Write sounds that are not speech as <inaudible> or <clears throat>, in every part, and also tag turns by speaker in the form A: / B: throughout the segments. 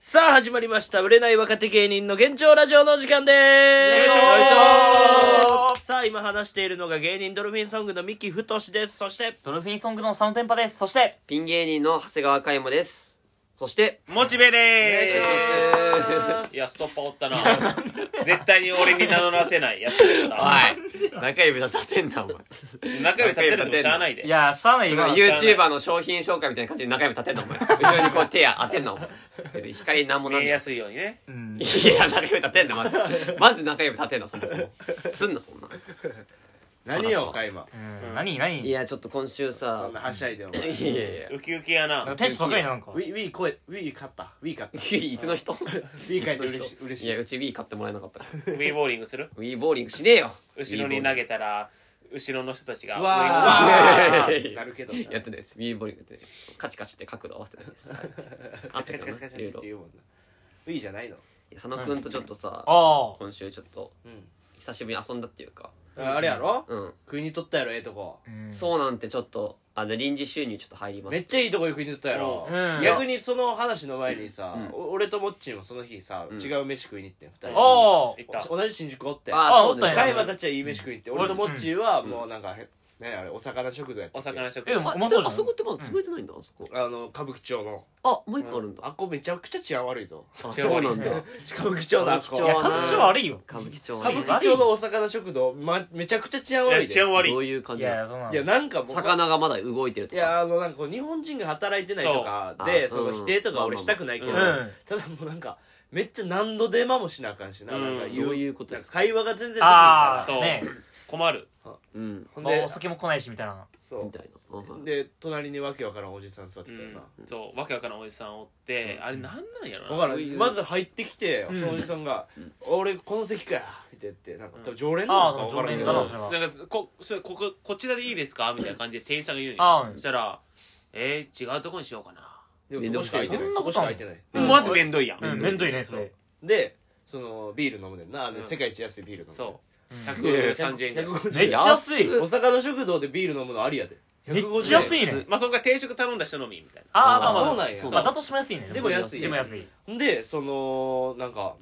A: さあ始まりました売れない若手芸人の現状ラジオのお時間でーす
B: よいしょよいしょ
A: さあ今話しているのが芸人ドルフィンソングの三木太志ですそして
C: ドルフィンソングの佐野天パです。そして、
B: ピン芸人の長谷川嘉山です。そして、
D: モチベでーす
B: お願いしま
D: いやストッパーおったな <laughs> 絶対に俺に名乗らせないやつでした
B: はい。中指立てんな、お <laughs> 前。
D: 中指立てるのもしゃあないで
C: いやー、しゃあない今の。
D: いや
B: YouTuber の商品紹介みたいな感じで中指立てんな、お前。後ろにこう手当てんな、お前。光なんもなん
D: 見え
B: ねえ
D: やすいようにね
C: うん
B: いや、中指立てんな、まず。まず中指立てんな、そもそも。すんな、そんな。
E: 何よカイマ
C: うん何
B: い
C: 何
B: や、ちょっと今週
E: そ
B: さ
E: んな。はしゃいでお前
B: いやいやい
D: ウキウキやな
C: テンション高いな、なんか
E: ウ。ィウィ超えウィ勝ったウィ勝った
B: や。いつの人
E: ウィ勝って嬉しい嬉
B: い
E: しい
B: や、うち Wii 買ってもらえなかったから。
D: ウィーボーリングする
B: Wii ボーリングしねえよ。
D: 後ろに投げたら後ろの人たちが
C: う
D: ウィー
C: わー
D: ボーリング
B: あー
E: なるけど
B: やってないです。Wii ボーリングやってないです。カチカチって角度合わせてないです。あ
E: カチカチカチカチって言うもんなウィじゃないの
B: いや佐野くんとちょっとさ、
C: あ
B: 今週ちょっと
E: うん
B: 久しぶりに遊んだっていうか、
E: あれやろ
B: うん、
E: 国に取ったやろええとこ
C: あ。うん
B: そうなんてちょっとあの臨時収入ちょっと入りま
E: め
B: し
E: っちゃいいとこ国に取ったやろ
C: うん
E: 逆にその話の前にさ
B: うん
E: お俺とモッチーもその日さ
B: うん
E: 違う飯食いに行ってん二人
C: あ
D: 行った
E: 同じ新宿おって
B: たあ
C: あ
B: そうです
C: おったん
E: 海
C: や
E: 馬たちはいい飯食いに行って俺とモッチーはもうなんかへねあれお魚食堂やって
D: お魚食
C: え
D: 堂
C: うま
B: あ
C: そうじ
B: で
C: ゃん
B: もあそこってまだ潰れてないんだ、あそこ
E: あの歌舞伎町の
B: あもう一個あるんだ、
E: あっこめちゃくちゃ治安悪いぞ
B: あそうなんだ
E: 歌舞伎町のあっこ
B: 歌舞伎町
C: いや、歌舞伎町悪いよ。
B: 歌舞伎町
E: 歌
B: は
E: 舞伎町のお魚食堂、ま、めちゃくちゃ治安悪い
D: いや
E: で
D: 治安悪
B: ど
D: いう
B: いう感
C: い
B: じなの
C: や、そんなの。
E: いやなんかもう
B: 魚がまだ動いてる
E: い
B: とか
E: やあのなんかこう日本人が働いてないとか
B: そうあ
E: でその
B: うん
E: 否定とか俺したくないけど、
D: うん
E: ただもうなんかめっちゃ何度電話もしなあかんしな,、
D: うん
E: なんか
B: どういうこと
E: な
B: で
E: ん
B: す
E: か会話が全然できない
C: あ
D: そ
C: あ、
D: う
C: ね
D: 困る
B: うん
E: ほん
C: まあ
E: で
C: お酒も来ないし、みたいな。
E: そ
B: みたいな、うん
E: うで隣にわけわからんおじさん座ってたよな、
D: そうわけわからんおじさんおってあれなんなんやろ
E: わ
D: な
B: ど
E: から
B: うんいう
E: まず入ってきて、
C: うん
E: そのおじさんが「俺この席かよ」って言ってなんか多分常連
C: あ
E: な
C: あ、
E: の
C: そ
E: か
C: の
E: 分
C: 常
E: からん
C: 連だな、
E: けど
C: それは。
D: なんかこそれこここちらでいいですかみたいな感じで店員さんが言うんよ
C: あ
D: そしたらえー、違うとこにしようかな
E: でもそこしか空いてない
C: そんな
E: そ
C: こ
E: ことしか空いてない
C: うん
D: まずめんどいやん
C: うん、めんどいね、それ。
E: でそのビール飲むねんなあの
D: うん
E: 世界一安いビール飲むねん
D: そう130円ぐらい
C: めっちゃ安い。
E: <laughs> お魚食堂でビール飲むのありやで
C: めっちゃ安い
B: 150
C: ね。
D: まあそんから定食頼んだ人のみみたいな
C: ああ、まあま
E: あ
C: あ。
E: そうなんや
C: まあ、だとしても安いね。
E: でも安い
C: でも安い。
E: でそのなんか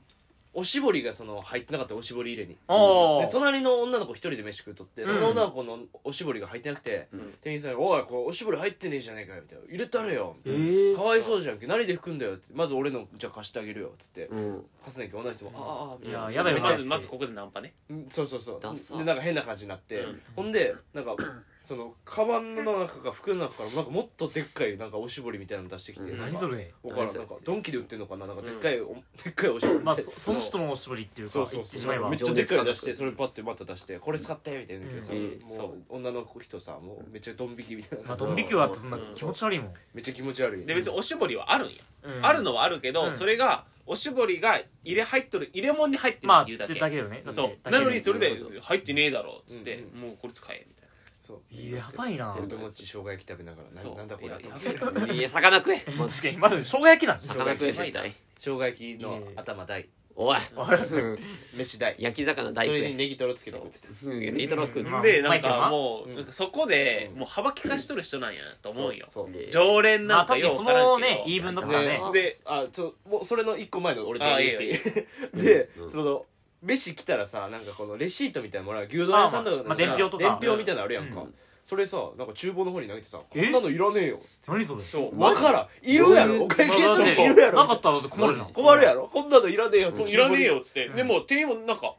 E: おしぼりがその入ってなかったおしぼり入れに
C: お
E: で
C: ー。
E: 隣の女の子一人で飯食っとって、
C: うん
E: その女の子のおしぼりが入ってなくて、
B: ん
E: 店員さんが「おいこれおしぼり入ってねえじゃねえかよ」みたいな「入れたれよ」みたいな
C: ええ。
E: かわいそうじゃんけ何で拭くんだよ」って「まず俺のじゃあ貸してあげるよ」っつって
B: うん
E: 貸さなきゃ女の人も「ああああ」みたい
C: い
E: な
C: ややばい
D: で
C: よ
D: まずまずここでナンパね
E: うんそうそうそう
B: ダサ
E: でなんか変な感じになって、
D: うん
E: ほんでなんかそのカバンの中か服の中からなんかもっとでっかいなんかおしぼりみたいなの出してきて、
B: うん
E: な
C: 何
E: んか
C: それ。
E: わからんなんかドンキで売ってんのかななんかでっかい、お <laughs> でっかいおしぼり
C: まあ、そその人のおしぼりっていう
E: そ
C: か
E: う、そ
C: 言
E: う
C: ってし
E: そ
C: まえ
E: う
C: ば
E: めっ。ちゃでっかいの出し
B: う
E: て
B: ん
E: それパッてまた出して「これ使って」みたいな言うけどさ、
B: うん
E: もう女の人さもうめっちゃドン引きみたいな
C: まあ、
E: 感じ
C: ドン引きはあってそんな気持ち悪いもん。
E: めっちゃ気持ち悪い
D: で別におしぼりはあるんや、
C: うん
D: あるのはあるけど、
C: うん
D: それがおしぼりが入れ入っとる入れ物に入ってる
C: まあ、
D: って
C: 言
D: いううだ
C: だ
D: け,、
C: けよね。だって
D: そ
C: だ
D: う
C: け
D: な
C: よ
D: の
C: ね
D: にそれで入ってねえだろっつって、
E: うん
D: もうこれ使えみたい
E: そう
C: やばいな
E: 俺ともっち生姜焼き食べながら
D: な
E: ななんだこれ
D: や
E: と思って
D: やべえ
B: いや魚食えま
C: 確
B: ず
C: かにまず生姜焼きなんでしょ
B: 魚食え絶対
E: 生姜焼きの頭大
B: おい
E: 飯大
B: 焼き魚大
E: そ
B: 食
E: れに
B: え
E: ネギトロつけて食ってた
B: うんネイトロ食う
C: まあ
D: で
C: う
D: な
C: ま
D: ん
C: いけど
D: か
C: な
D: もう、
E: うん
D: なんかそこでもう幅利かしとる人なんやなと思うよ
E: そうで
D: 常連
C: ま
D: な
C: あ
D: んか
C: 確か
D: よ
C: に
D: う
C: そ
D: わからんけど
C: のね言い分だったらね
B: あ
E: であちょもうそれの一個前の俺
D: あ
E: でいいって
D: いいよ
E: いう <laughs> で
B: うん
E: その飯来たらさなんかこのレシートみたいなのもらう牛丼屋さんとか
C: あまあ伝票とか
E: 伝票みたいなのあるやんか
B: う
E: それさなんか厨房の方に投げてさこ
C: え
E: んなのいらねえよつって
C: 何それ
D: そう
E: わからんいるやろお会計する人いるや
C: なか
E: ろ
C: ったら困るじゃん
E: 困るやろこんなのいらねえよ
D: 知らねえよっつって、でも店員もなんか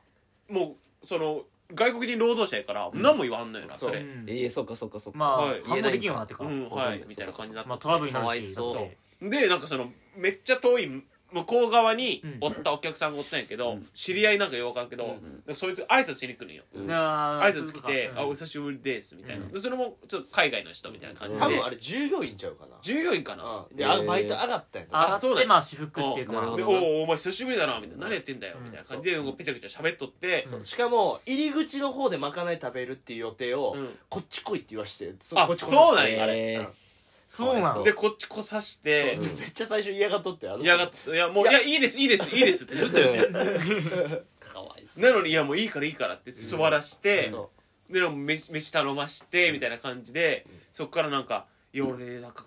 D: もうその外国人労働者やから、何も言わんのよな
E: そう
D: それ、
C: う
B: え
C: ん
B: ー、そうかそうかそうか
C: まあ
D: はい
C: 反応できんようになってか
D: う
C: ら
D: んはいみたいな感じになって
C: まあトラブルになる
B: かわい
C: し
B: そう
C: だって
D: でなんかそのめっちゃ遠い向こう側におったお客さんがおったんやけど、知り合いなんかようわかんけど、なんかそいつ挨拶しに来るんよ、
B: うん
C: あ
D: 挨
C: ー
D: 拶来て「
C: うん
D: あお久しぶりです」みたいな、
B: うん
D: でそれもちょっと海外の人みたいな感じで、
E: 多分あれ従業員ちゃうかな
D: 従業員かな、
E: うんで
B: へ
E: あ
B: え
E: バイト上がったんやと
C: あ
D: あそうなん
C: って
D: や
C: まあ私服っていうか
B: お
C: ま
B: なるほ
C: あ
D: で「
B: ど
D: おおお前久しぶりだな」みたいな「何やってんだよ」
C: うん
D: みたいな感じでこうペチャペチャ喋っとって、
C: そう
E: しかも入り口の方でまかない食べるっていう予定を
D: うん
E: こっち来いって言わしてそ
D: あ
E: こっち来
D: そうなん
E: や
D: やあれ、
B: えー
C: そうな
B: そ
C: の
B: う
D: でこっちこさして
E: めっちゃ最初嫌がっとってあの
D: いやがいやもうい
E: いや
D: やいいですいいですいいですってずっと言
C: <laughs>
D: って
B: かわいそう
D: なのにいやもういいからいいからって座らして、
E: そう
D: でも飯飯頼ましてみたいな感じで、そっからなんか「いや俺なんか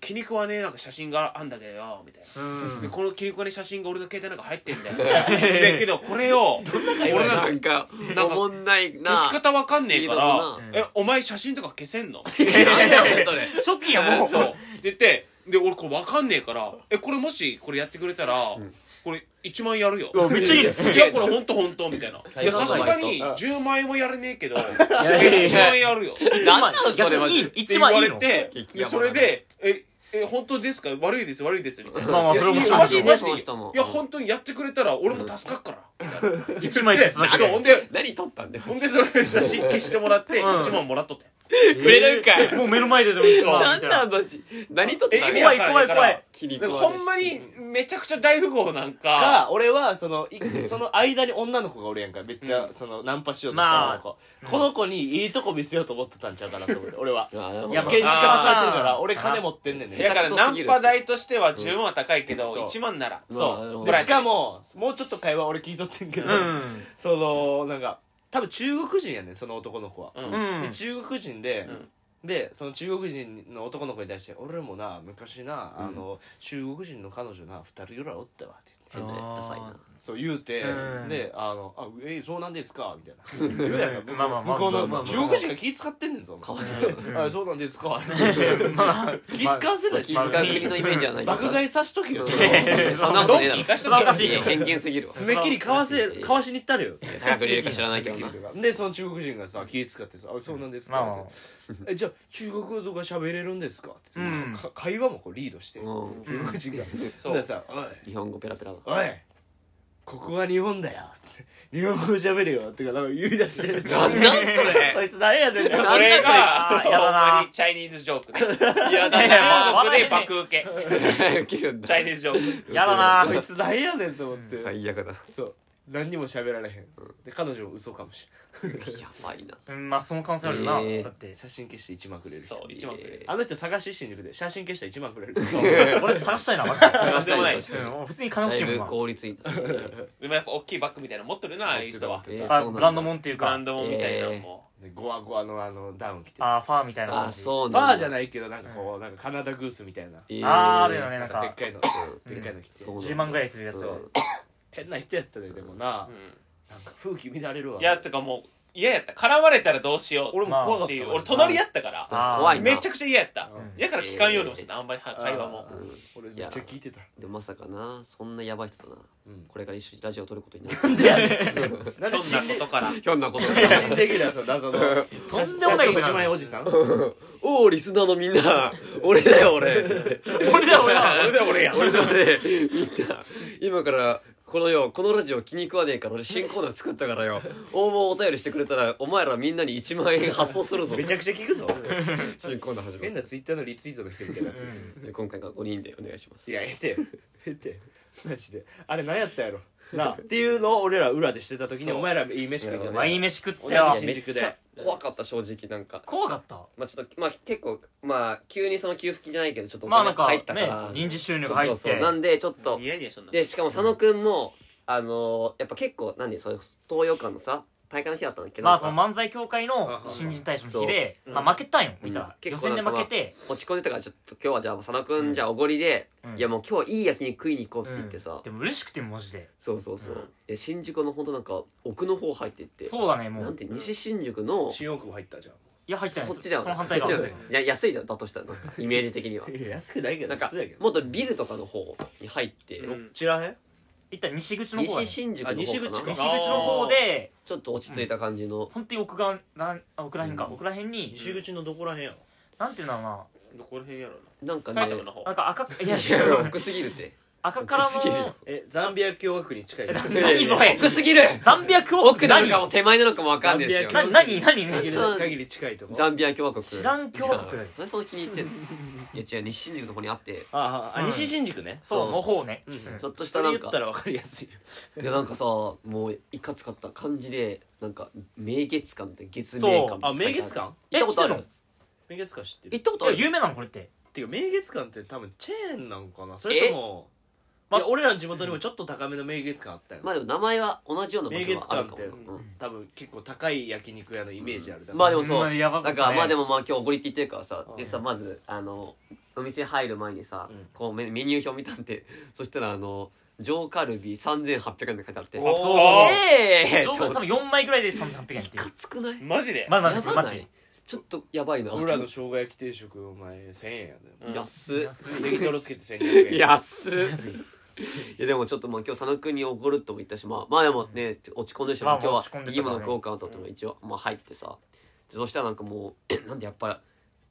D: 気に食わねえなんか写真があんだけどよみたいな
C: うん
D: でこの切り子に写真が俺の携帯なんか入ってん
C: <laughs>
D: だよでけどこれを俺な
B: なん
D: んか
B: か、
D: なん
B: お
D: か
B: もんないな。
D: 消し
B: <laughs>
D: 方わかんねえから「
B: ス
D: えお前写真とか消せんの? 」
B: ピードだな。なんだよそれ。
C: 初期やも
D: <laughs>
C: う
D: そうって言ってで俺これわかんねえから「えこれもしこれやってくれたら、これ1万円やるよ」
C: めっちゃいいです
D: いやこれ本当本当みたいな。いやさすがに10万円もやれねえけど、1万円やるよ。
B: なんなのそれ
C: 逆
B: マ
C: にい
B: ジ
C: い
B: で。
C: 一番いい
D: っ
C: の
D: て言われて、
B: 激
D: で
B: ヤバ
D: そ
B: だな
D: れで、え、え、本当ですか悪いです、悪いです、みたいな。
C: まあまあそれも
D: いや
C: そう
D: マ
C: です
D: ジ
C: よ
D: マジ
B: その人も
D: いや、本当にやってくれたら、俺も助かっから。
C: 一枚ずつだけ
D: そう、ほんで、
B: 何撮ったんだよ。
D: ほんで、それ写真消してもらって、
C: うん
D: 1万もらっとって。
C: えー
B: 売れるんかい
C: もう目の前ででもいつも
B: な
C: み
B: ん
C: たい
B: な
C: なん
B: マジ。何撮ってた
D: え
B: の
D: 意味わ
C: 怖
D: か
C: い
D: んない
C: 怖い怖い
B: 気に
D: なん
B: 食
D: か
B: わ
D: ほ
B: れ
D: んまに、めちゃくちゃ大富豪なんか、
E: か俺はそのいその間に女の子がおるやんかめっちゃそのナンパしようとした女の子この子にいいとこ見せようと思ってたんちゃうかなと思って俺は
B: あなるほど
C: いやまあ
E: 見識からされてるから俺金持ってんねん
D: いやだ
E: ね
D: からナンパ代としては10万は高いけど、
E: そう
D: 1万なら。
B: まあなる
E: そ
B: ほ
E: う
B: ど
E: でしかももうちょっと会話俺聞いとってんけ
C: う
E: ど
C: ん
E: そのなんか多分中国人やねんその男の子は
D: うん。
C: うん
E: で中国人で、でその中国人の男の子に対して「俺もな昔な、あの中国人の彼女な2人ぐらいおったわ」って言って
B: 変なダサいな。
E: そう言うて、
C: うん
E: で「あのあえー、そうなんですか」みたいな言うやんか
C: まあまあまあ
E: 向こうの、
C: まあまあまあ
E: 中国人が気使ってんねんぞ
B: かわいそう。
E: あそうなんですか
C: まあ
E: 気使わせたら気
B: 気
E: 使
B: 使
E: う
B: う国のイメージはないから。
E: 爆買いさしとけよ
B: うんそんなことねえだろ。
C: それはおかしいよ
B: 偏見すぎるわ。
E: 爪切りかわせかわしに行ったるよ
B: 早く入れるか知らないけどな。
E: で <laughs> その中国人がさ気使ってさ「あそうなんですか」
C: まあまあ
E: ってえ「じゃあ中国語とか喋れるんですか?」って言って
C: うん
E: か会話もこうリードして
B: うん
E: 中国人が
D: そう
E: でさ「おい
B: 日本語ペラペラだ。
E: おいここは日本だよ」つって「日本語喋れよ」ってかなんか言い出し
B: <laughs>
E: て
B: なんなんそれ
E: こいつ何やねんって
B: なんだ
D: これ
C: そ
D: が、
C: いつあやだな
D: ほんまにチャイニーズジョークね。いや、
C: いや
D: 中国で
C: 笑えねえ
D: 爆受け。
B: 切るん
D: チ
B: だ。
D: ャイニーズジョーク。
C: やだな
E: こいつ何やねんと思って、
B: 最悪だ。
E: そう何にも喋られへんで彼女も嘘かもし
B: やばいな。
C: うんまあその可能性あるよな
B: えー
C: だっ
E: れ
C: て
E: ん写真消して1万くれる人
D: そう、一番くれる。
E: あの人探し新宿で写真消したら1万くれる <laughs>
C: 俺探したいなマジで
B: 探したいな
D: うん
B: <laughs> 確か
C: うん普通に金欲
B: に
C: しい
B: だいぶ
C: もんな
B: 効率いいな。
D: でもやっぱ大きいバッグみたいなの持ってるな、ああいう人は。
B: えー
C: あ
B: そうなんだ
C: ブランドもんっていう
D: グラ
C: か
D: ンドもんみたいなのも。
E: でゴワゴワのあのダウン着て
C: あファーみたいな
B: あ、
C: 感じ
B: そうなんだ。
E: バーじゃ
B: い。
E: ないけどなんかこうなんかカナダグースみたいな
C: あーあるよねな
E: な
C: んん
E: かで
C: か
E: っかいのでっかいの着て
B: そうなんだ
C: 10万ぐらいするやつ
B: うん
E: 変な人やったねでもな
D: うん
E: なんか風紀乱れるわ
D: いや、てかもう、嫌やった。絡まれたらどうしよう
E: 俺も怖か
D: っ
E: って
D: い
E: た
D: う。
E: わ
D: 俺、隣やったから。
C: あー
B: 怖いな。
D: めちゃくちゃ嫌やった
E: うん。
D: 嫌から聞かんようにもしてた、あんまり会話も。
B: うん
E: 俺めっちゃ聞いてた
B: でもまさかな、そんなやばい人だな
E: うん。
B: これから一緒にラジオを撮ることになる。
E: なんで
D: そんなことから。
B: ひょんなこと
E: 新新レギュラーさん謎のと
C: んでもないことになる
E: 1万円おじさん
B: おおリスナーのみんな俺だよ俺俺だよ俺だ
D: 俺だ俺やん。
B: 俺だ俺 <laughs> みんな今からこのよこのラジオ気に食わねえから俺新コーナー作ったからよ応募お便りしてくれたらお前らみんなに1万円発送するぞ
E: めちゃくちゃ聞くぞ
B: 新コーナー始ま
E: 変
B: る
E: なツイッターのリツイートの人みたいになってる
B: じゃあ今回が5人でお願いします
E: いやえてよ <laughs> えてよマジであれ何やったや <laughs> ろなあっていうのを俺ら裏でしてた時にお前らいい飯食いに行った
C: ワイ
E: よ
C: ン飯食っ
E: い
C: た
E: や
C: よ
E: 同じ新宿で
B: めっちゃ怖かった正直なんか
C: 怖かった
B: まあちょっとまあ結構まあ急にその給付金じゃないけどちょっとお
C: まあなん
B: 金が
C: か
B: 入ったか
C: ね
B: ら
C: 臨時収入が入っ
B: そうそうそう
C: て
B: なんでちょっと
D: ニヤニヤしとんな。
B: でしかも佐野くんも、あのーやっぱ結構何それ東洋館のさ大会の日だったんだけど
C: まあ
B: さ
C: その漫才協会の新人大賞の日で
D: そう
C: まあ負けたんよ見た
B: うん
C: ら予
B: 結構な
C: 選
B: ん
C: で
B: か
C: 負けて
B: 落ち込んでたからちょっと今日はじゃあ佐野くんじゃあおごりで、
C: うん
B: いやもう今日はいい焼き肉食いに行こうっ
C: う
B: て言って
C: ん
B: さ、
C: でも嬉しくてマジで
B: そうそうそう、
D: うん
B: え新宿のほんとなんか奥の方入ってって
C: そうだねも
B: なん
C: う
B: て西新宿の
E: 新大久保入ったじゃん
C: いや入ってない
B: こ
C: で
B: っ
C: す
B: ちだよ
C: その反対
B: そっ
C: 側
B: ちだよいや安いだよだとしたらなんかイメージ的には
E: いや安くないけど
B: なん
E: 普
B: か
E: 通やけど
B: もっとビルとかの方に入って、
D: うん
E: どちらへん
C: 一旦西口の方だね
B: 西
C: 西
B: 新宿の方
E: あ西
B: か
E: 口か
B: な
C: 口の方で
B: ちょっと落ち着いた感じの、
C: 本当に奥側なんあ奥ら辺か
B: うん
C: 奥ら辺に
E: 西口のどこらへんや
C: なんていうんだろうな
D: どこら辺やろう
B: なんか
D: な。
B: ね
D: 埼玉の方
C: な。んか赤
B: <laughs>
C: くいや
B: いや奥すぎるって
C: 赤から
B: 奥すぎる
C: も
E: えザンビア共和国に近いよ
C: 何それ
B: 奥すぎる
C: ザンビア共和
B: 奥
C: 国
B: なの
C: 何
B: かも手前なのかもわかんないですよ
C: な何何
E: 限
C: 何
E: り
B: そう
E: <laughs> 限り近いとこ
B: ザンビア共和国
C: 知らん共和国だよ
B: いやそれその気に入ってんのいや違う日新宿の方にあって
E: ああ
C: うん
E: 西新宿ね
C: そうの方ね
B: ちょっとした
E: それ
B: な
E: 言
B: ん
E: った
B: から
E: 分かりやすいよ
B: いやなんかさもういかつかった感じでなんか明月館って月明
C: そう
B: 館
E: あ明月館
B: 行ったことある
E: 明月館知ってる
B: 行ったこ
C: い
B: とあ
C: や
B: る
C: 有名なのこれって
E: っていうか明月館って多分チェーンなんかなそれともい
C: ま
E: や俺らの地元にもちょっと高めの明月館あったよ
B: まあでも名前は同じような場所はあるかもな
E: 明月
B: うん
E: 多分結構高い焼肉屋のイメージあるだ
B: まあで
E: も
B: もそう
C: うんやばか
B: な
C: っ
B: ん
C: たね
B: かまあでもまあ今日おごりって言ってるからさでさまずあのお店入る前にさ、こうメメニュー表見たんで <laughs> そしたらあの上カルビ3800円って書いてあって
C: おーそ
D: お
C: う
D: ー
B: ええ
C: 上
B: ー、
C: 多分4枚ぐらいで300円っていう
B: 熱くない
D: マジで
C: まあマジ
B: や
C: で
B: ば
C: マ
B: な
C: ジで
B: いちょっとやばいな
E: 俺らの生姜焼き定食お前1000円やで
D: うん
B: 安っ
D: ネギトロつけて1500円
B: 安っいやでもちょっとまあ今日佐野君に怒るとも言ったしまあまあでもね落ち込んでるし、
C: まあまあ
B: 今
C: 落ち
B: 日
C: 込ん
B: は
C: で
B: い
C: た
B: い
C: から
B: も
C: ね
B: の食おうかなと思って一応まあ入ってさでそしたらなんかもう <clears throat> なんでやっぱ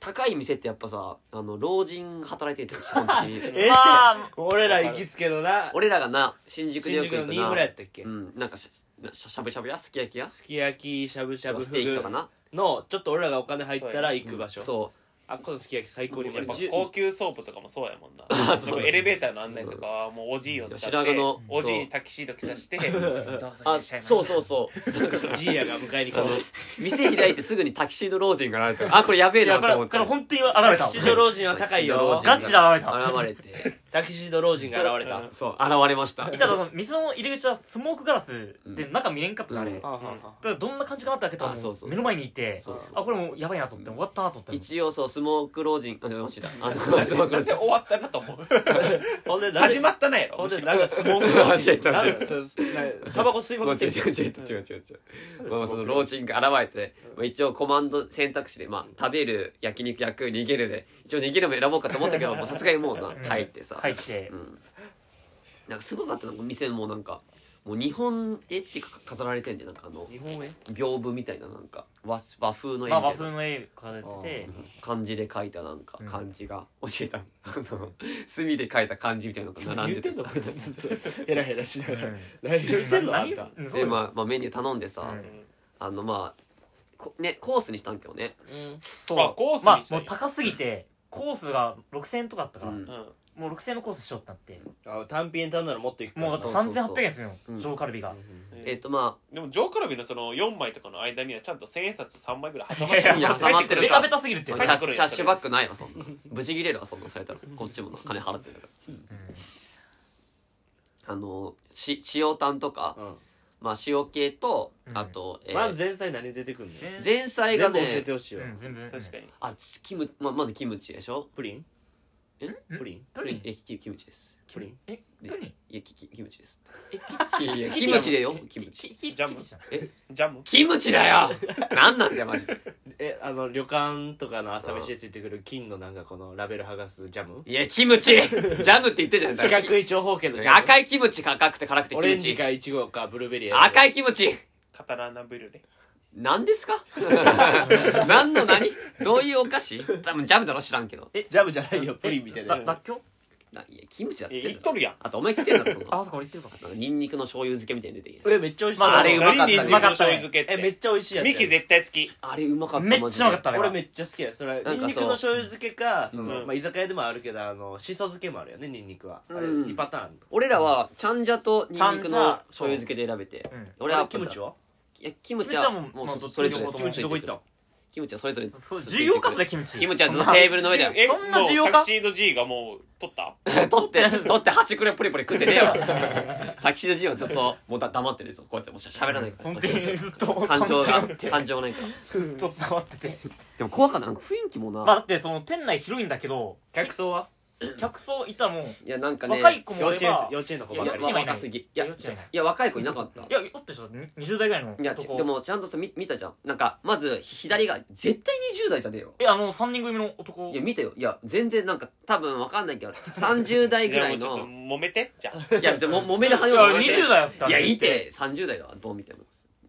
B: 高い店ってやっぱさあの老人働いてるって基本
C: <laughs>
B: 的に
E: え
C: まあ
E: 俺ら行きつけのな
B: 俺らがな新宿で
E: 新
B: よく行
E: 宿の
B: く
E: 新
B: な
E: 村やったっけ
B: うんなんかしなしゃしゃぶしゃぶやすき焼きや
E: すき焼きしゃぶしゃぶ
B: ステーキとかな
E: のちょっと俺らがお金入ったら行く場所
B: そ
E: あっこのすき焼き最高にうま
D: やっ
E: い
D: ぱ
B: じゅ
D: 高級ソープとかもそうやもんな
B: <laughs> そう
D: 僕エレベーターの案内とかはもうおじいを使っ
B: 白髪
D: て
B: の
D: おじいにタキシード着さ
B: <laughs>
D: して
C: どう
B: う
C: ぞいら
B: あ
C: っしゃいませ
B: そうそうそうなんか
E: ジーヤが迎えに来
B: あ
E: る
B: の店開いてすぐにタキシード老人が現れたあこれやべえ
C: い
B: な
C: やこ
B: と
C: れ
B: 思っ
C: こ
B: て
C: れ本当に現れた
E: タキシード老人は高いよ
C: ガチで現れた
B: 現れて
E: タキシード老人が現れた
B: そう現れました
C: いただその店の入り口はスモークガラスで中見れんかったじゃんあれ、
B: うん
C: だからどんな感じかなって開けたら
B: あそうそうそう
C: 目の前にいて
B: そうそうそう
C: あこれもうやばいなと思って終わったなと思ったの
B: 一応そうスモーク老人あでもマジだあのスモーク老
D: 終
B: 人
D: わったなと思う
E: ほんでなん
D: 始
E: で
D: まったなやろ
E: ほん
D: む
E: で
D: しろ
E: なんかスモーク老人
B: 間違えた間違えた
E: なんかそうなんかタバコ吸いまくって
B: 違う
E: る
B: 違う違う違う違う違うまあその老人が現れてまあ一応コマンド選択肢でまあ食べる焼肉焼く逃げるで一応逃げるも選ぼうかと思ったけどもうさすがにもうな入ってさ
C: 入って、
B: なんかすごかったなんか店もなんかもう日本絵っていうか飾られてんでなんかあの
E: 日本円
B: 屏風みたいななんか和和風の
C: ま
B: 絵みた
C: あ
B: いな
C: 和風の絵飾れてて
B: うん漢字で書いたなんか
C: うん
B: 漢字が教えたあの <laughs> 墨で書いた漢字みたいなのが並ん
E: 言
B: で
E: っ
B: て
E: て
B: さ
E: んの
B: <laughs>
E: こいつずっとヘラヘラしなが
C: う
E: ら
C: ん
E: 何言ってんのあんた
C: 何うんそう
B: で
C: よ
B: まあまあメニュー頼んでさ、
C: うん
B: あのまあこねコースにしたんけどね、
C: そう
D: あコースにした
C: ま
D: い
C: あもう高すぎてコースが6000円とかあったから、
B: うん
D: うん
C: もう6000円のコースしようってなって
E: あ単品単ならもっといくから
C: もうだって
B: そうそうそう
C: 3800円ですよ
B: うん
C: 上カルビが、
B: えっ、とま
D: でも上カルビのその4枚とかの間にはちゃんと千円札3枚ぐらい挟まっ
C: いや
D: て
C: <laughs>
B: い
D: る
B: や挟まってる
C: ベ
B: か
C: タベタすぎるっ
B: あキ
C: て
B: ャ
D: ま
B: キ
D: あ
B: ャ
D: それ
B: ッシュバックないわそんなブチ切れるわそんなされたらこっちもな金払ってるからあのし塩タンとか、
E: うん
B: まあ塩系と
C: うん
B: あと、えー
E: まず前菜何出てくるの
C: 全
B: 前菜が
E: 全部
B: ね
E: 教えてほしいわ
C: うん全部
D: 確かに
B: あキム、まあ、まずキムチでしょ
E: プリン
B: え
E: プリン
C: プリン
B: えキキムチです
E: プリン
C: え
B: で
C: プリン
B: いやキキキムチです
C: え
B: いやいやキムチでよキムチ
C: きき
D: ジャム
C: きじゃん
D: ジャム
B: キムチだよなんなんだよマジで
E: えあの旅館とかの朝飯でついてくる金のなんかこのラベル剥がすジャム
B: いや、キムチジャムって言ってるじゃ
E: 四
B: ない
E: 角い長方形のジャム
B: 赤いキムチか赤くて辛くて
E: オ
B: キ
E: レ
B: ム
E: ンジ
B: チ。
E: かイチゴかブルーベリーや
B: 赤
E: い
B: いキムチ
D: カタラーナブリュレ
B: 何ですか何の何どういうお菓子多分ジャムだろ知らんけど。
E: ジャムじゃないよプリンみたいな
C: えら
E: やつ
C: らっきょう
B: ないや、キムチだっつ
D: え
B: って
D: 言っ
B: んだ
D: と
B: ろ。
D: るやん
B: あとお前来てんだろ、そんな
C: あそこ行って <laughs> るか
B: なんかニンニクの醤油漬けみたいに出てきて。
E: <laughs> えめっちゃ美味しそう
C: まあ
B: あれうまかったね
D: 何にんにくの醤油漬けっ
E: えめってちゃ美味しいやつや
D: ミキ絶対好き
B: あれうまかった。
C: めっちゃうまかったあれは
E: 俺めっちゃ好きやそれ
B: かそう
E: ニンニクの醤油漬けかその
D: うん
E: まあ居酒屋でもあるけどあのしそ漬けもあるよねニンニクはあれ
B: うん
E: 2パターンある
B: 俺らは、ちゃんじゃとニンニク
C: チャンジ
B: の
C: ャ
B: 醤油漬けで選べて
C: うん。
B: 俺は
E: あれキムチはい
B: や、キムチ
C: キムチ
B: は
C: はもう
B: も
C: まあ
B: う
C: どっち
B: それぞれ
C: 両方とも
B: キムチ
E: どこ行ったん
B: キムチはそれぞれ。
C: そう重要かそれキムチ
B: キムチはずっとテーブルの上だよ。
D: え
C: そんな需要か
D: もうタキシード G がもう取った
B: <laughs> 取って、取って端くれポリポリ食ってねえ
C: <laughs>
B: よ。タキシード G はずっと、もうだ黙ってるんですよ。こうやって、もうしゃ喋らないから。
C: 本当にずっと
B: 感情が
C: 淡々、
B: 感情ないから。
C: ずっと黙ってて
B: でも怖かった。なんか雰囲気もな。
C: まあだってその店内広いんだけど
E: 客層は
C: 客層いたらもう
B: いや、なんかね。
C: 若い子もい
E: 幼
C: れば
E: 稚園す幼稚園の子ば
B: い
E: っ
B: や
E: かり
C: いや
B: 若すぎ。いや、い
C: 幼稚園
B: や、若い子いなかった。
C: いやおってちょっと20代ぐらいの
B: いや、ち
C: 男
B: でもちゃんとさ、み見たじゃん。なんか、まず、左が、絶対20代じゃねえよ。
C: えあの3人組の男
B: いや、見てよ。いや、全然なんか、多分わかんないけど、30代ぐ
D: じゃ
B: ら
D: あも
B: いう
D: ちょっと
B: の。
D: 揉めてじゃあ
B: いや、別にも
C: <laughs>
B: 揉める
C: い
B: 派
C: や
B: よ。
C: 20代だった
B: い
C: ん
B: や、
C: だ
B: いて、30代だわ。どう見ても。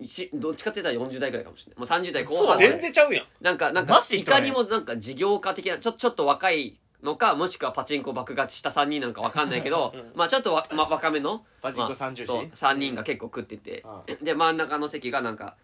B: しどっちかって言ったら40代ぐらいかもしれない。もう30代後半ぐらい。
D: 全然ちゃうやん
B: なんか、なんか
C: マ、ジで言っ
B: い
C: てな
B: か
C: い
B: にもなんか事業家的な、ちょ、ちょっと若いのか、もしくはパチンコ爆勝ちした3人なんかわかんないけど、 <laughs> まあちょっとわ、まあ若めの、
E: パチンコ
B: まあ
E: 30
B: そう、3人が結構食ってて、で、真ん中の席がなんか、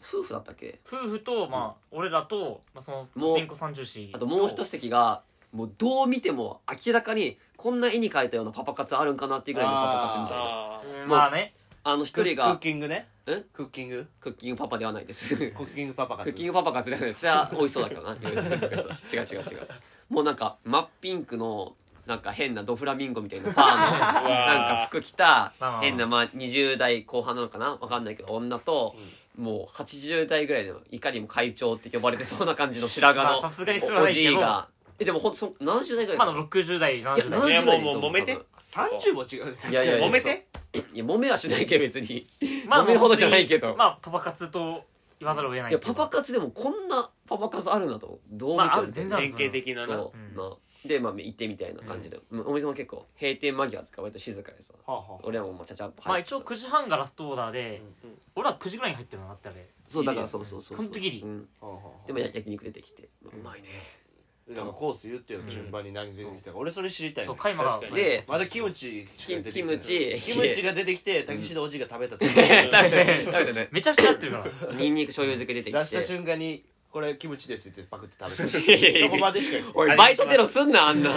B: 夫婦だったっけ
C: 夫婦とまあ俺らとまあその
B: もう
C: パチンコ三重士
B: あともう一席が、もうどう見ても明らかに、こんな絵に描いたようなパパ活あるんかなっていうぐらいのパパ活みたいな。
D: あー
C: まあね
B: あの一
E: ク
B: 人
E: ッ
B: が、
E: キングね
B: え
E: クッキング
B: クッキングパパではないです。
E: クッキングパパが
B: クッキングパパ活ではないです。それは美味しそうだけどな。いろいろ作ってくれそう違う違う違う。もうなんか、真っピンクの、なんか変なドフラミンゴみたいなパー
C: <laughs>
B: の、
D: うわー
B: なんか服着た
C: あー、
B: 変な、まあ、20代後半なのかなわかんないけど、女と、もう80代ぐらいの、いかにも会長って呼ばれてそうな感じの白髪
C: まあさすがにそれ
B: の
C: は
B: お
C: ない
B: じ
C: け
B: い
C: ど
B: が、えでもほんとそ70代ぐらい
C: まだ60代70代
D: いやもう
B: 70代だと思
D: もう揉めて
B: 多分
E: 30も違う
B: いやいや
D: 揉めて
B: いや揉めはしないけど別に
C: まあ
B: 揉めるほどじゃないけど
C: まあパパ活と言わざるを得ない
B: いやパパ活でもこんなパパ活あるなとどう見
C: まああ
B: て
C: る
B: る
C: 全然ある
D: 典型的なな
B: そう
C: ん
B: う、まあでまあ行ってみたいな感じで、うんお店も結構閉店間際とか割と静かでさ
E: はあはあ
B: 俺らもまあちゃちゃっと
C: まあ
B: 入って
C: 一応9時半がラストオーダーで、
D: うんうん
C: 俺ら9時ぐらいに入ってるのがあったで
B: そうだからそうそうそう
C: ほんとギリ
B: うん
E: はあはあ
B: でもや焼肉出てきてうまいね
E: だからコース言ってよ順番に何出てきたか俺それ知りたい
C: そ
E: の
C: うカイマが
D: 確かに
B: で
E: またキムチしか出てきてない
B: キムチ
E: キムチが出てきてタキシードおじいが食べたと
B: 食べて
C: <laughs>
B: 食べてね
C: めちゃくちゃやってるから
B: ニンニク醤油漬け出てきて
E: 出した瞬間にこれキムチですって言ってパクって食べてるどこまでしか
B: おいバイトテロすんなあんな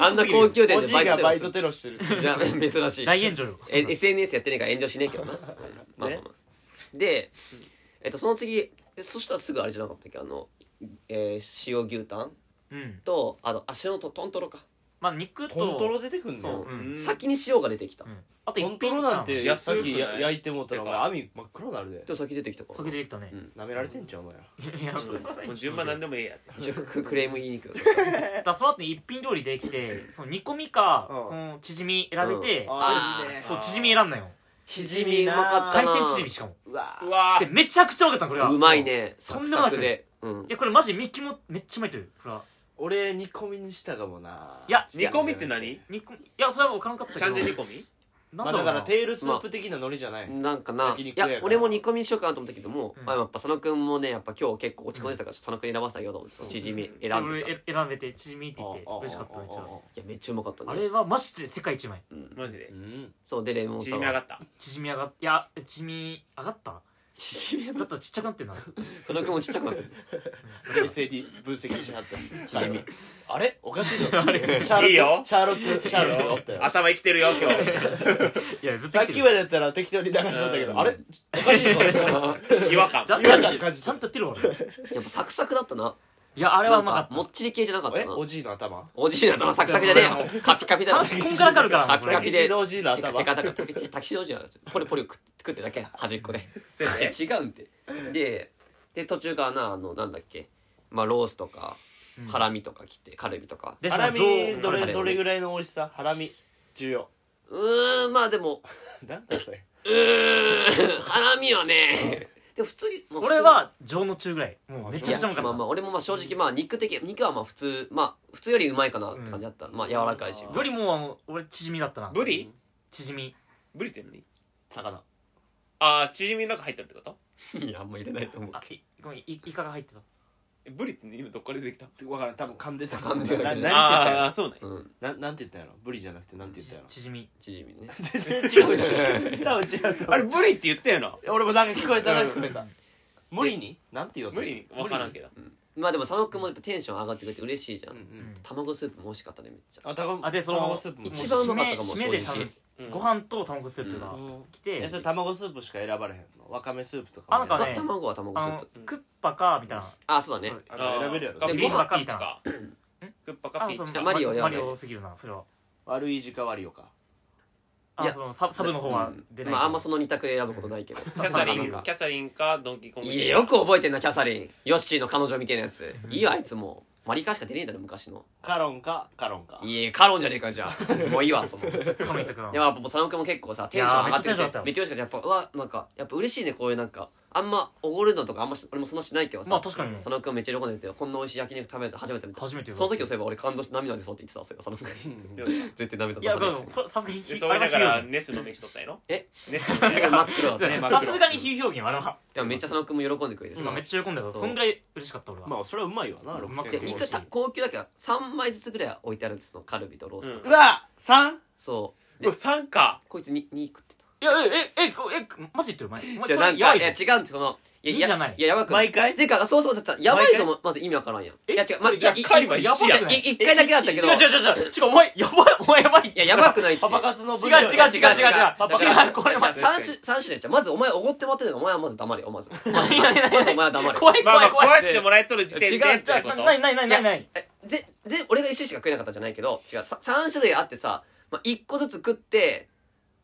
B: あんな高級店
E: お
B: で
E: じい
B: バイト
E: が
B: テロ
E: バ
B: す
E: イ
B: んな
E: トテロしてる
B: じゃあ珍しい
C: 大炎上よ
B: え SNS やってねえから炎上しねえけどな、うんまあまあまあ
E: ね
B: で、えっと、その次えそしたらすぐあれじゃなかったっけあの、えー塩牛タン
C: うん
B: とあの足のとトントロか、
C: まあ肉と
E: トントロ出てくん
C: そ
E: の
C: う、
E: よ
C: うん
D: うん
B: 先に塩が出てきた、
C: うんあと一
E: ト
C: 品
E: ントロなんて
D: 安く
E: さ
D: な
E: っ
D: い
E: きや焼いてもうたらお前
D: てか
E: 網真っ黒なるで
B: でも先出てきたか
C: それでできたね
B: うん
E: 舐められてんじゃんお前ら
C: いやそれは <laughs> ない
D: もう順番なんでもええやって
B: らククレーム言い
C: <laughs>
B: に行くよ
C: だからその後に一品料理できてその煮込みか、
E: うん
C: その縮み選べて、
B: ん
E: あーいいね
C: そう縮み選んだよ
B: 縮みうまかった
C: 海鮮
B: な
C: 縮みしかも
E: うわ
D: うわ
C: でめちゃくちゃうまかったのこれは
B: うまいね
C: と
B: サク
C: んでもな
B: サ
C: く
B: クで、うん
C: い、やこれマジミキもめっちゃうまいというこれは
E: 俺煮込みにしたかもない
C: や
D: 煮込みって何
C: 煮込みいやそれは分からんかったけ
D: ち
C: ど
D: ゃんと煮込み
C: なん
E: まあ
C: だろ
E: だ
C: う
E: か
C: な、
E: らテールスープ的なノリじゃない
B: なんかな
E: 焼
B: い
E: 肉屋
B: や
E: やから
B: 俺も煮込みにしようかなと思ったけども、
C: うん
B: まあ、やっぱ佐野くんもねやっぱ今日結構落ち込んでたから、佐野くん選ばせてあげようと思って縮み選んでさ
C: 俺え選べて縮みって言って
E: ああああ
C: 嬉しかっためっちゃ
E: ああ
B: いやめっちゃうまかったね
C: あれはマジで世界一枚
D: マジで
E: うん
B: そうでレモンサ
D: 縮
B: ワ
D: み上
B: ー
D: がった
C: 縮み上がっいや縮み上がった
B: 縮み上が
C: だったらちっちゃくなってんな
B: <laughs> 佐野くんもちっちゃくなってる
E: 冷静に分析しはった彼はあれおかしいぞシャーロック
D: いいよ
E: シャーロックシャーロックがおった
D: <laughs>
E: よ
D: 頭生きてるよ今
E: <laughs>
D: 日
C: いやずっと
E: さ
C: 言
E: ってき
C: る
E: までやったら適当に流しちゃったけ
D: うん
E: どあれおかしいぞ
D: 違和感
C: ちゃんと
E: 違和
C: やっ
E: 感
C: て
E: 感
C: る
E: じ
C: ちゃんとやってるわ俺
B: やっぱサクサクだったない
C: やあれはうまかっ
B: なんもっちり系じゃなかった
E: え
B: な
E: おじいの頭
B: おじいだったらサクサクじゃねえよカピカピだ
C: た
B: ろ
C: 話こんからかるから
B: カ
C: な
B: ピ
C: これ
B: カピ
E: タキシ
B: で
E: ードおじいの頭
B: テカテカテカタキシードおじいの頭ポリポリ食って食ってだけ端っこで
C: <laughs>
D: せっせ
B: <laughs> 違うんてでで途中からなあのなんだっけまあロースとか
C: うん
B: ハラミとか切ってカルビとか
C: で
E: ハラミ
C: その
E: ど
C: 上
E: れどれぐらいの美味しさハラミ重要
B: うーんまあでも
E: なんだそれ
B: うーん <laughs> ハラミはねでも普通にまあ普通に
C: 俺は上の中ぐらいもうめちゃくちゃうまか
B: まあ
C: っ
B: まあ俺もまあ正直まあ肉的肉はまあ普通まあ普通よりうまいかなって感じだった、まあ柔らかいし <laughs>
C: たよりもあの俺縮みだったな
D: ブリ
C: 縮み
D: ブリって何
E: 魚
D: ああ縮みの中入ってるってこと
B: いやあんま入れないと思う
C: あいごめんいイカが入ってた
D: えブリって今どっから出てきた
E: わからん多分噛んでた
B: 噛んでただけ
E: ななんて
B: じ
E: 言
B: ゃ
E: ったんや
D: あーそうね
B: うん
E: ろななんて言ったんやろブリじゃなくてなんて言ったんやろ
C: 縮み
B: チヂミね
E: 全然違うし多分違うと
D: あれブリって言ったよな
E: 俺もなんか聞こえたな聞こえた無理になんて言おうと
D: 無
E: した
D: 理分からんけど
B: まあでも佐野くんもやっぱテンション上がってくれて嬉しいじゃん、
E: うんうん
B: 卵スープも美味しかったねめっちゃ
E: あたこ
C: あでそ
E: 卵
C: の
E: スープも
B: 一番うまかったかも
C: 締め締めで
B: 正
C: 多
B: 直
C: 分ご飯と卵スープが来て
E: えそれ卵スープしか選ばれへんのわかめスープとか
C: あなんか
B: あ
C: ね
B: 卵は卵ス
C: あ
B: ー
C: の
B: プ
C: クッパかみたいな
B: あそうだね
C: そう
E: あの選べるやろ
D: カ
B: で
D: ピ
B: ご
D: ー
B: 飯
D: チか
C: ピーチか
D: クッパかピー
C: そ
D: チ
B: あ
C: の
B: マリオや
C: マ
B: ばい
C: リオすぎるなそれは
E: 悪い字か悪いよか
B: い
C: あ
B: や
C: そのササブの方は出ない
B: まああんまその二択選ぶことないけど
D: キ
B: キ
D: ャサリン
C: そう
D: キャサリンかドンキーコング
B: いやよく覚えてんなキャサリンヨッシーの彼女みたいなやついいよあいつもマリカしか出ねえんだろ昔の
E: カロンかカロンか
B: いやカロンじゃねえかじゃあもういいわその
C: カメイト君
B: でもやっぱもう佐野君も結構さテンション上がって
C: いやーめっちゃテンション上がった
B: て
C: よ
B: めっちゃ嬉しかったやっぱうわなんかやっぱ嬉しいねこういうなんかあんまおごるのとかあんまし俺もそんなしないけどさ
C: まあ確かにね
B: 佐野君めっちゃ喜んでてこんな美味しい焼肉食べた初めて見た
C: 初めてよ
B: その時もそういえば俺感動して涙出そうって言ってたそういえば佐
C: <laughs>
B: 野君絶対涙
C: いやだか
B: 出
C: ら
B: そう
C: これさすがに
D: でそう言いながら
C: あれは
D: ネスの飯取ったやろ
B: え
D: ネスの飯
B: だ <laughs> から真っ黒だった
C: 比
B: ね
C: 喩表現さすがに比喩表現あれは
B: でもめっちゃ佐野君も喜んでくれて
C: ま
B: さ
C: あめっちゃ喜んだけど
B: そう
C: そんぐらい嬉しかった俺は
E: まあそれはうまいわな
C: うん
E: 6000
B: で
E: 円
C: うまくて
B: イカた高級だけど3枚ずつぐらいは置いてあるんですのカルビとロースとか
E: うわ 3?
B: そう
D: うわ3か
B: こいつに2食って
C: いやえええこえマジで言ってるお前
B: たじゃ
C: お
B: あ
C: 前
B: な
C: こ
B: ん
C: れやばい
B: かいや
C: ぞ
B: 違うんってそのい
C: いいじゃない
B: ややばく
E: 毎回
B: てかそうそうだったやばいぞ
E: 毎
B: もまず意味わからんやんい
C: え
B: や違うま
D: じゃあ
B: いい
D: カイマ
B: い
D: やばく
C: ない
B: いい一回だけだったけど
C: 違う違う違う違う違うお前やばいお前やばいっ
B: い
C: て
B: ややばくないって
E: パパ活の
C: 違う
E: 分
C: 違う違う違う違う
B: 違う違う違う
C: パ
B: だから
C: パ違うこれ
B: じゃあ
C: ま
B: 三種三種類じゃんまずお前おごってもらってるのお前はまず黙れよまずまずお前は黙れ
C: 怖い
D: まあ
C: 怖
D: ま
C: い
D: あ
C: 怖い
D: 壊してもらえとる時点で
B: 違う違う
D: ってこ
C: な
D: と
C: ないないないないない
B: えぜぜ俺が一種類しか食えなかったんじゃないけど違うさ三種類あってさ、まあ、一個ずつ食って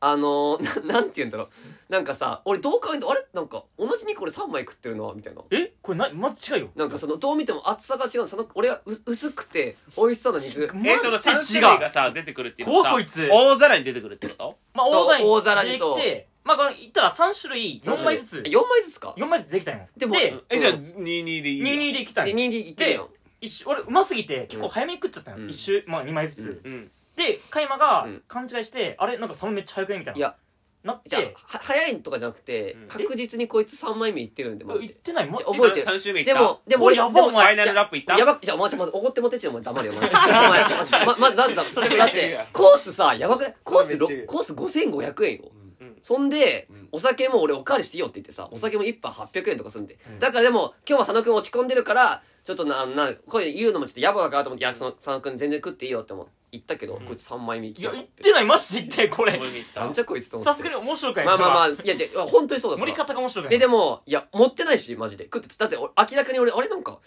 B: あのー、ななんて言うんだろうなんかさ俺どう考えてもあれなんか同じ肉俺3枚食ってるなみたいな
C: えこれなマジ違うよ
B: なんかそのどう見ても厚さが違うその俺はう薄くて美味しそうな肉
C: マジ
D: え、その3種類
C: で違
D: が
C: う
D: さ、出てくるっていうのはさ
C: 怖いこいつ
D: 大皿に出てくるってこと
C: まあ大皿に
B: 大皿に
C: で
B: そう
C: きてまあこの言ったら3種類4枚ずつ
B: 4枚ずつか
C: 4枚ずつできたんよ
B: でも
C: で
D: え、じゃあ、22でいいよ
C: 22できたん
B: で
C: よ
B: 2でいけるやん
C: 一周俺うますぎて結構早めに食っちゃったんよ、
B: うん
C: 一周まあ2枚ずつ、
D: うん。
C: で加山が
B: うん
C: 勘違いして、あれなんかそのめっちゃ早くねみたいない
B: や
C: なっ
B: じゃあ
C: て
B: は早いとかじゃなくて
D: うん
B: 確実にこいつ3枚目いってるんでマ
C: 言
B: ジ
C: っ
B: で
C: てないも
B: じゃあ覚えてる
D: 3種類いっ
B: で
D: た。
B: もでも
C: これやば
B: でも
C: お
D: フ
C: 前
D: ァイナルラップいった
B: やばやばじゃあまず怒ってもてっちお前黙れよお
C: <laughs>
B: 前お前マジままずまずだそれだ
D: め
B: っ
D: っちゃいい
B: て
D: や
B: コースさやばくないコースろ
E: それめっちゃいい
B: コース5500円よ
D: うん
B: そんで
E: ん
B: お酒も俺おかわりしていいよって言ってさお酒も1杯800円とかするんでだからでも今日は佐野くん落ち込んでるからちょっとななこういう言うのもちょっとやばだからと思っていやその佐野くん全然食っていいよって思って言ったけどこいつ3枚目い
C: い
B: き
C: や
B: や
C: 言ってないマジで言ってこれ
D: これにいった
B: なんじゃこいつと思
C: さ
B: っ
C: す
B: て
C: がに面白くない
B: まあまあま
C: あ
B: あいやで本当にそうだか
C: 盛り
B: ら
C: 方が面白くない
B: えでもいや持ってないしマジで食ってだって俺明らかに俺あれなんか